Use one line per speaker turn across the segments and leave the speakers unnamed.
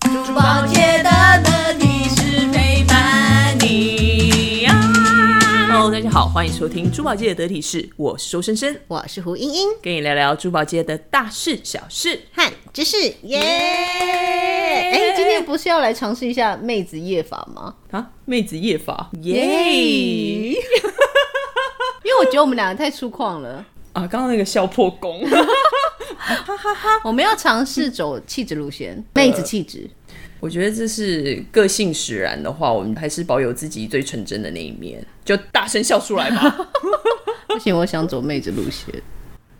珠宝界的乐迪是陪伴你啊。
Hello，大家好，欢迎收听珠宝界的得体事，我是周深深，
我是胡英英，
跟你聊聊珠宝界的大事小事。
汉知识耶！
耶
哎，今天不是要来尝试一下妹子夜法吗？
啊，妹子夜法，耶、
耶因为我觉得我们两个太粗犷了，
啊，刚刚那个笑破 功，
我们要尝试走气质路线，妹子气质。
我觉得这是个性使然的话，我们还是保有自己最纯真的那一面，就大声笑出来 吧。
不行，我想走妹子路线。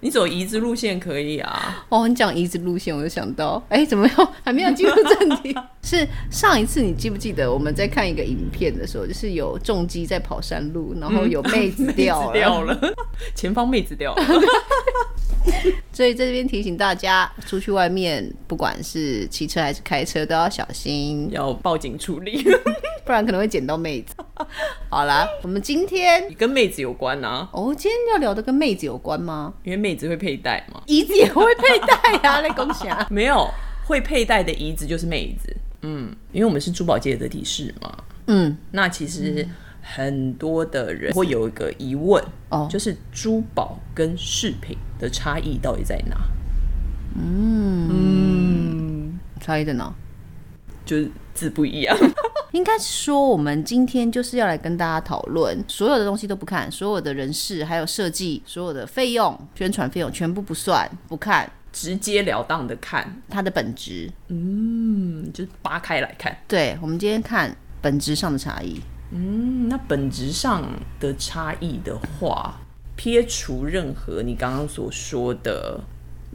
你走移植路线可以啊，
哦，你讲移植路线，我就想到，哎、怎么又还没有进入正 题？是上一次你记不记得我们在看一个影片的时候，就是有重机在跑山路，然后有嗯 妹子 掉了，
妹子掉了， 前方妹子掉了。
所以在这边提醒大家，出去外面不管是骑车还是开车都要小 心，
要报警处 理，
不然可能会捡到妹子。 好啦，我们今天
跟妹子有关啊，
哦，今天要聊的跟妹子有关吗？
因为妹子会佩戴嘛。
椅子也会佩戴呀、啊，那恭喜啊！
没有会佩戴的姨子就是妹子，嗯，因为我们是珠宝界的体士嘛，
嗯，
那其实很多的人会有一个疑问，
哦
就是珠宝跟饰品的差异到底在哪？
差一点呢。
就是字不一样，
应该是说，我们今天就是要来跟大家讨论，所有的东西都不看，所有的人事，还有设计，所有的费用、宣传费用全部不算，不看
直截了当的看，
它的本质。
嗯，就是扒开来看，
对，我们今天看本质上的差异。
嗯，那本质上的差异的话，撇除任何你刚刚所说的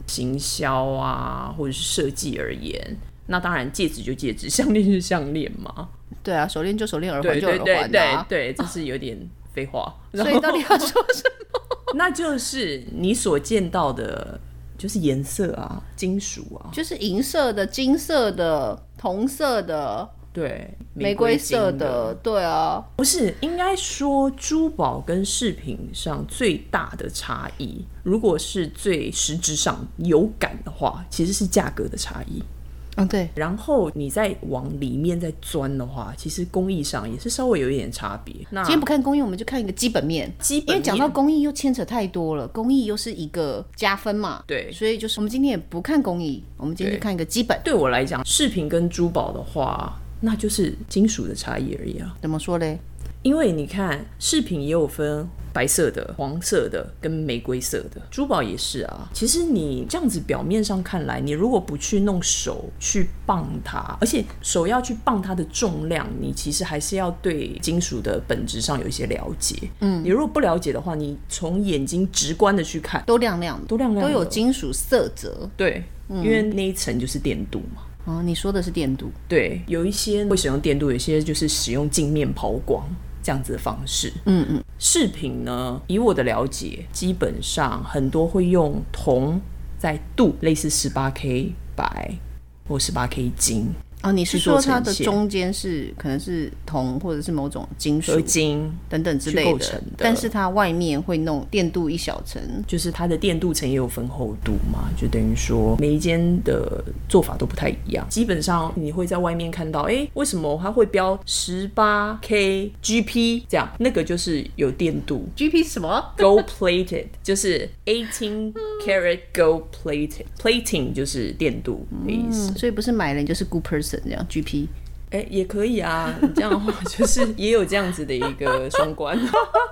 行销啊，或者是设计而言。那当然，戒指就戒指，项链是项链嘛。
对啊，手链就手链，耳环
对
就
对
耳
对
环
对
啊。
对，这是有点废 话。然
所
后
以到底要说 什么？
那就是你所见到的，就是颜色啊，金属啊，
就是银色的、金色的、铜色的、
对，
玫瑰
金
色的，对啊，
不是，应该说珠宝跟饰品上最大的差异，如果是最实质上有感的话，其实是价格的差异。哦
嗯，对，
然后你再往里面再钻的话，其实工艺上也是稍微有一点差别。那
今天不看工艺，我们就看一个基本面。
啊基
因
本
为讲到
面
工艺又牵扯太多了，工艺又是一个加分嘛，
对
所以就是我们今天也不看工艺，我们今天
对
就看一个基本。
对我来讲，饰品跟珠宝的话，那就是金属的差异而已啊。
怎么说嘞？
因为你看，饰品也有分白色的、黄色的跟玫瑰色的，珠宝也是啊。其实你这样子表面上看来，你如果不去弄手去棒它，而且手要去棒它的重量，你其实还是要对金属的本质上有一些了解。嗯，你如果不了解的话，你从眼睛直观的去看，
都亮亮的，
都亮亮
都
的
有嗯金属色泽
对，因为那一层就是电镀嘛。
啊。你说的是电镀，
对，有一些会使用电镀，有一些就是使用镜面抛光这样子的方式。
嗯嗯，
饰品呢，以我的了解，基本上很多会用铜在镀，类似十八 K 白或十八 K 金、
啊，你是
哦去做
说它
呈
的
现
中间是可能是铜或者是某种金属
合金，
等等之
去
类
构
的
成的
但是它外面会弄电镀一小层。
就是它的电镀层也有分厚度嘛，就等于说每一间的做法都不太一样。基本上你会在外面看到，诶，为什么它会标十八 K GP 这样？那个就是有电镀。
G P 什么？
Gold plated 就是 eighteen karat gold plated plating 就是电镀的意思。
嗯，所以不是买了你就是 good person 这样 G P。
哎、也可以啊，你这样 的话就是也有这样子的一个双关，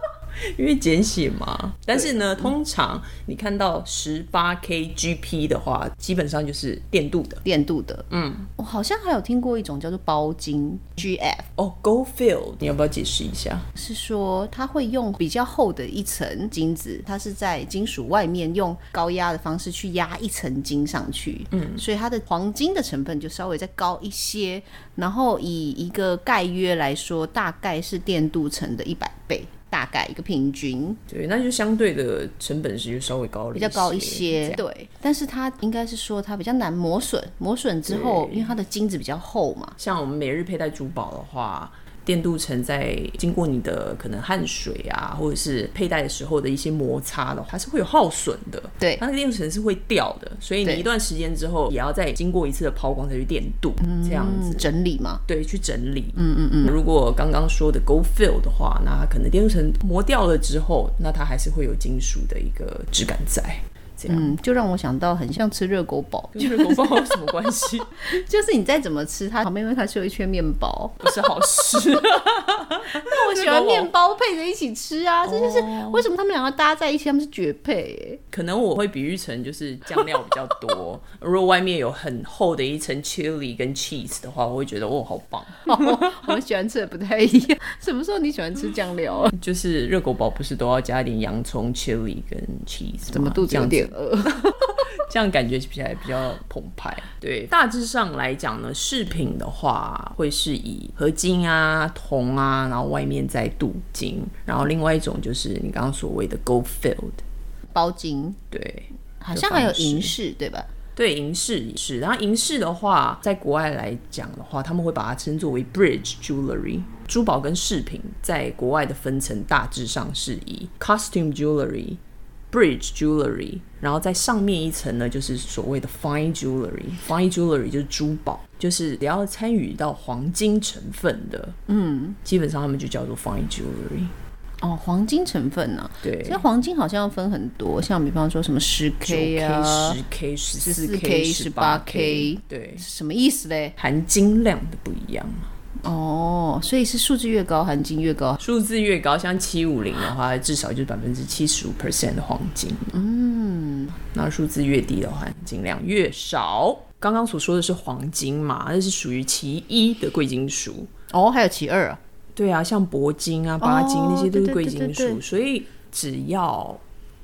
因为简写嘛。但是呢，通常你看到十八 KGP 的话，基本上就是电镀的
电镀的，嗯，我好像还有听过一种叫做包金 GF，
哦。Gold fill，你要不要解释一下？
是说它会用比较厚的一层金子，它是在金属外面用高压的方式去压一层金上去，嗯，所以它的黄金的成分就稍微再高一些，然后以一个概约来说，大概是电镀层的一百倍。大概一个平均
对，那就相对的成本是就稍微高了，
比较高一
这
些，
样
对，但是它应该是说它比较难磨损，磨损之后，因为它的金子比较厚嘛，
像我们每日佩戴珠宝的话，电镀层在经过你的可能汗水啊，或者是佩戴的时候的一些摩擦的话，它是会有耗损的。
对
它那个电镀层是会掉的，所以你
对
一段时间之后也要再经过一次的抛光再去电镀，这样子。
嗯，整理嘛，
对，去整理。嗯嗯嗯。如果刚刚说的 Go Fill 的话，那它可能电镀层磨掉了之后，那它还是会有金属的一个质感在。这样，
嗯，就让我想到很像吃热狗 堡，
跟热狗包有什么关系？
就是你再怎么吃，它旁边因为它是有一圈面包，
不是好事。
那我喜
热
欢
狗堡
面包配着一起吃啊，这就是为什么他们两个搭在一起，他们是绝配、欸。
可能我会比喻成就是酱料比较 多，如果外面有很厚的一层 chili 跟 cheese 的话，我会觉得哦好棒。
哦，我们喜欢吃的不太一样。 什么时候你喜欢吃酱料啊？
就是热狗堡不是都要加一点洋葱、chili 跟 cheese，
怎么
吗
肚子
这
有
样
点饿？
这样感觉起来比较澎湃。对，大致上来讲呢，饰品的话会是以合金啊、铜啊，然后外面再镀金，然后另外一种就是你刚刚所谓的 gold filled，
包金
对，
好像还有银饰，对吧？
对银饰也是，然后银饰的话，在国外来讲的话，他们会把它称作为 bridge jewelry。珠宝跟饰品在国外的分层大致上是以 costume jewelry、bridge jewelry，然后在上面一层呢就是所谓的 fine jewelry。fine jewelry 就是珠宝，就是只要参与到黄金成分的，嗯，基本上他们就叫做 fine jewelry。
哦，黄金成分呢、啊？
对
其实黄金好像要分很多，像比方说什么十 K 啊，
十 K、十四
14K
K、十八 K，
18K
对，
什么意思嘞？
含金量的不一样。
哦，所以是数字越高，含金越高。
数字越高，像七五零的话，至少就是百分之七十五 percent 的黄金。嗯，那数字越低的话，金量越少。刚刚所说的是黄金嘛，那是属于其一的贵金属。
哦，还有其二啊，
对啊，像铂金啊、钯金、
哦
那些都
对
是
对
贵
对
金
对
属，
对
所以只要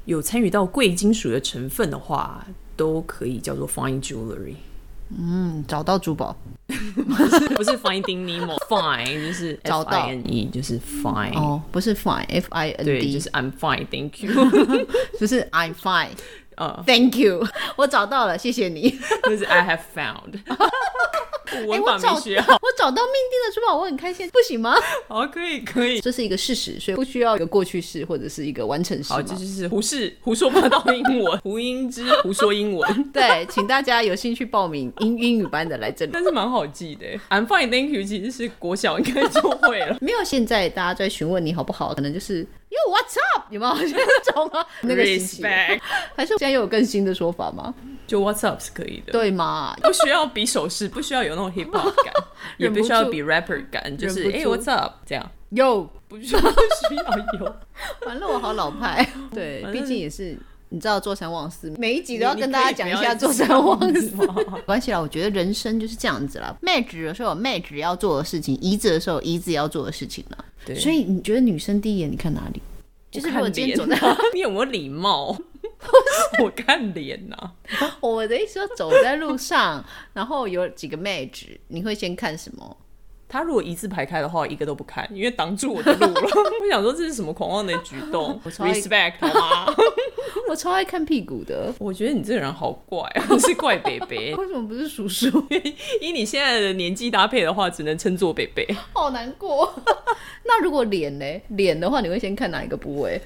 有参与到贵金属的成分的话，都可以叫做 fine jewelry，
嗯，找到珠宝。
不是 finding Nemo，fine 就是
找
F
到
I N E，就是 fine，、
哦，不是 fine，f i n
对，
d，
就是 I'm fine，thank you，
就是 I'm fine。
呃，
Thank you，我 找到了，谢谢你。
就是 I have found 。古
哎
文
我
法
找
没学啊好，
我找到命定的珠宝，我很开心，不行吗？
好，哦可以，可以。
这是一个事实，所以不需要一个过去式或者是一个完成式
好，
嘛。
这就是胡适胡说八道英文， 胡英之胡说英文，
对，请大家有兴趣报名英英语班的来这里。。
但是蛮好记的。I'm fine, thank you，其实是国小应该就会了
没有，现在大家在询问你好不好，可能就是 You what's up，有没有这种 啊？那个时期，
respect，
还是现在又有更新的说法吗？
就 What's up 是可以的，
对嘛？
不需要比手势，不需要有那种 hip hop 感，也
忍不
不需要
住
比 rapper 感，就是
忍不
哎、
住
What's up 这样，
有，
不需要不需要 有。
完了，我好老 派。对，
反正
毕竟也是。你知道坐山望四，每一集都要
你
跟
你
大
可
家
以不
讲一
要
下
一
坐
直
山
这样
望
子
四。
吗
关系啦，我觉得人生就是这样子啦。妹子的时候有妹子要做的事情，姨子的时候有姨子要做的事情啦。
对
所以你觉得女生第一眼你看哪里？就是如果今天走在，
我看脸啊 你有没有礼 貌？我看脸啊呐、
我的意思说走在路 上，然后有几个妹子，你会先看什么？
他如果一字排开的话，一个都不看，因为挡住我的路 了。我想说这是什么狂妄的举动
超爱
？Respect 好吗？
我超爱看屁股的，
我觉得你这个人好怪、啊， 是怪北北。
为什么不是叔叔？
以你现在的年纪搭配的话，只能称作北北。
好难过。 那如果脸呢？脸的话，你会先看哪一个部位？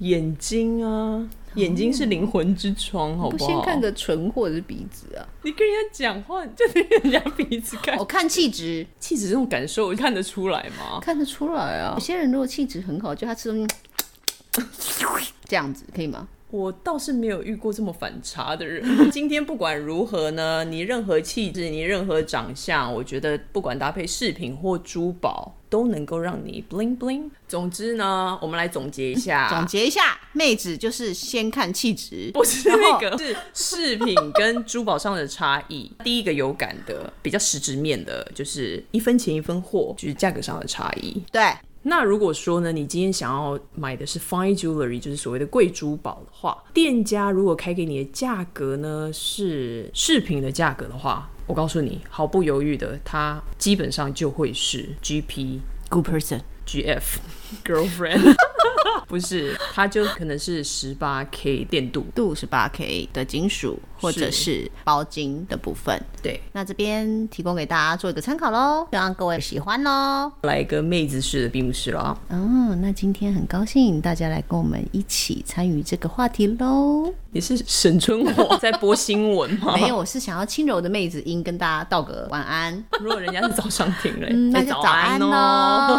眼睛啊，眼睛是灵魂之窗，好
哦不
好？
先看个唇或者是鼻子 啊？
你跟人家讲话，你就对人家鼻子看
我、，看气质，
气质这种感受看得出来吗？
看得出来哦啊。有些人如果气质很好，就他吃东西 这样子可以吗？
我倒是没有遇过这么反差的人。 今天不管如何呢，你任何气质，你任何长相，我觉得不管搭配饰品或珠宝，都能够让你 bling bling。总之呢，我们来总结一
总
下。
结一下，妹子就是先看气质，
不是那个，是饰品跟珠宝上的差异。第一个有感的，比较实质面的，就是一分钱一分货，就是价格上的差异。
对，
那如果说呢，你今天想要买的是 fine jewelry，就是所谓的贵珠宝的话，店家如果开给你的价格呢是饰品的价格的话，我告诉你，毫不犹豫的，它基本上就会是 GP、
good person。
GF、girlfriend。 不是，它就可能是十八 K 电镀，
镀十八 K 的金属或者是包金的部分。
对，
那这边提供给大家做一个参考喽，希望各位喜欢哦喽。
来一个妹子式的闭幕式了啊。
哦，那今天很高兴大家来跟我们一起参与这个话题喽。
你是沈春华在播新闻吗？
没有，我是想要轻柔的妹子音跟大家道个晚 安。
如果人家是早上听嘞，
嗯，那
哎
就
早
早安
哦。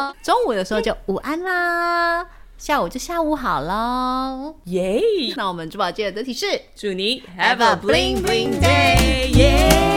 喽。 中午的时候就午安啦，下午就下午好喽。
耶
那我们珠宝界的得体是。
祝你
Have a bling bling day.
Yeah.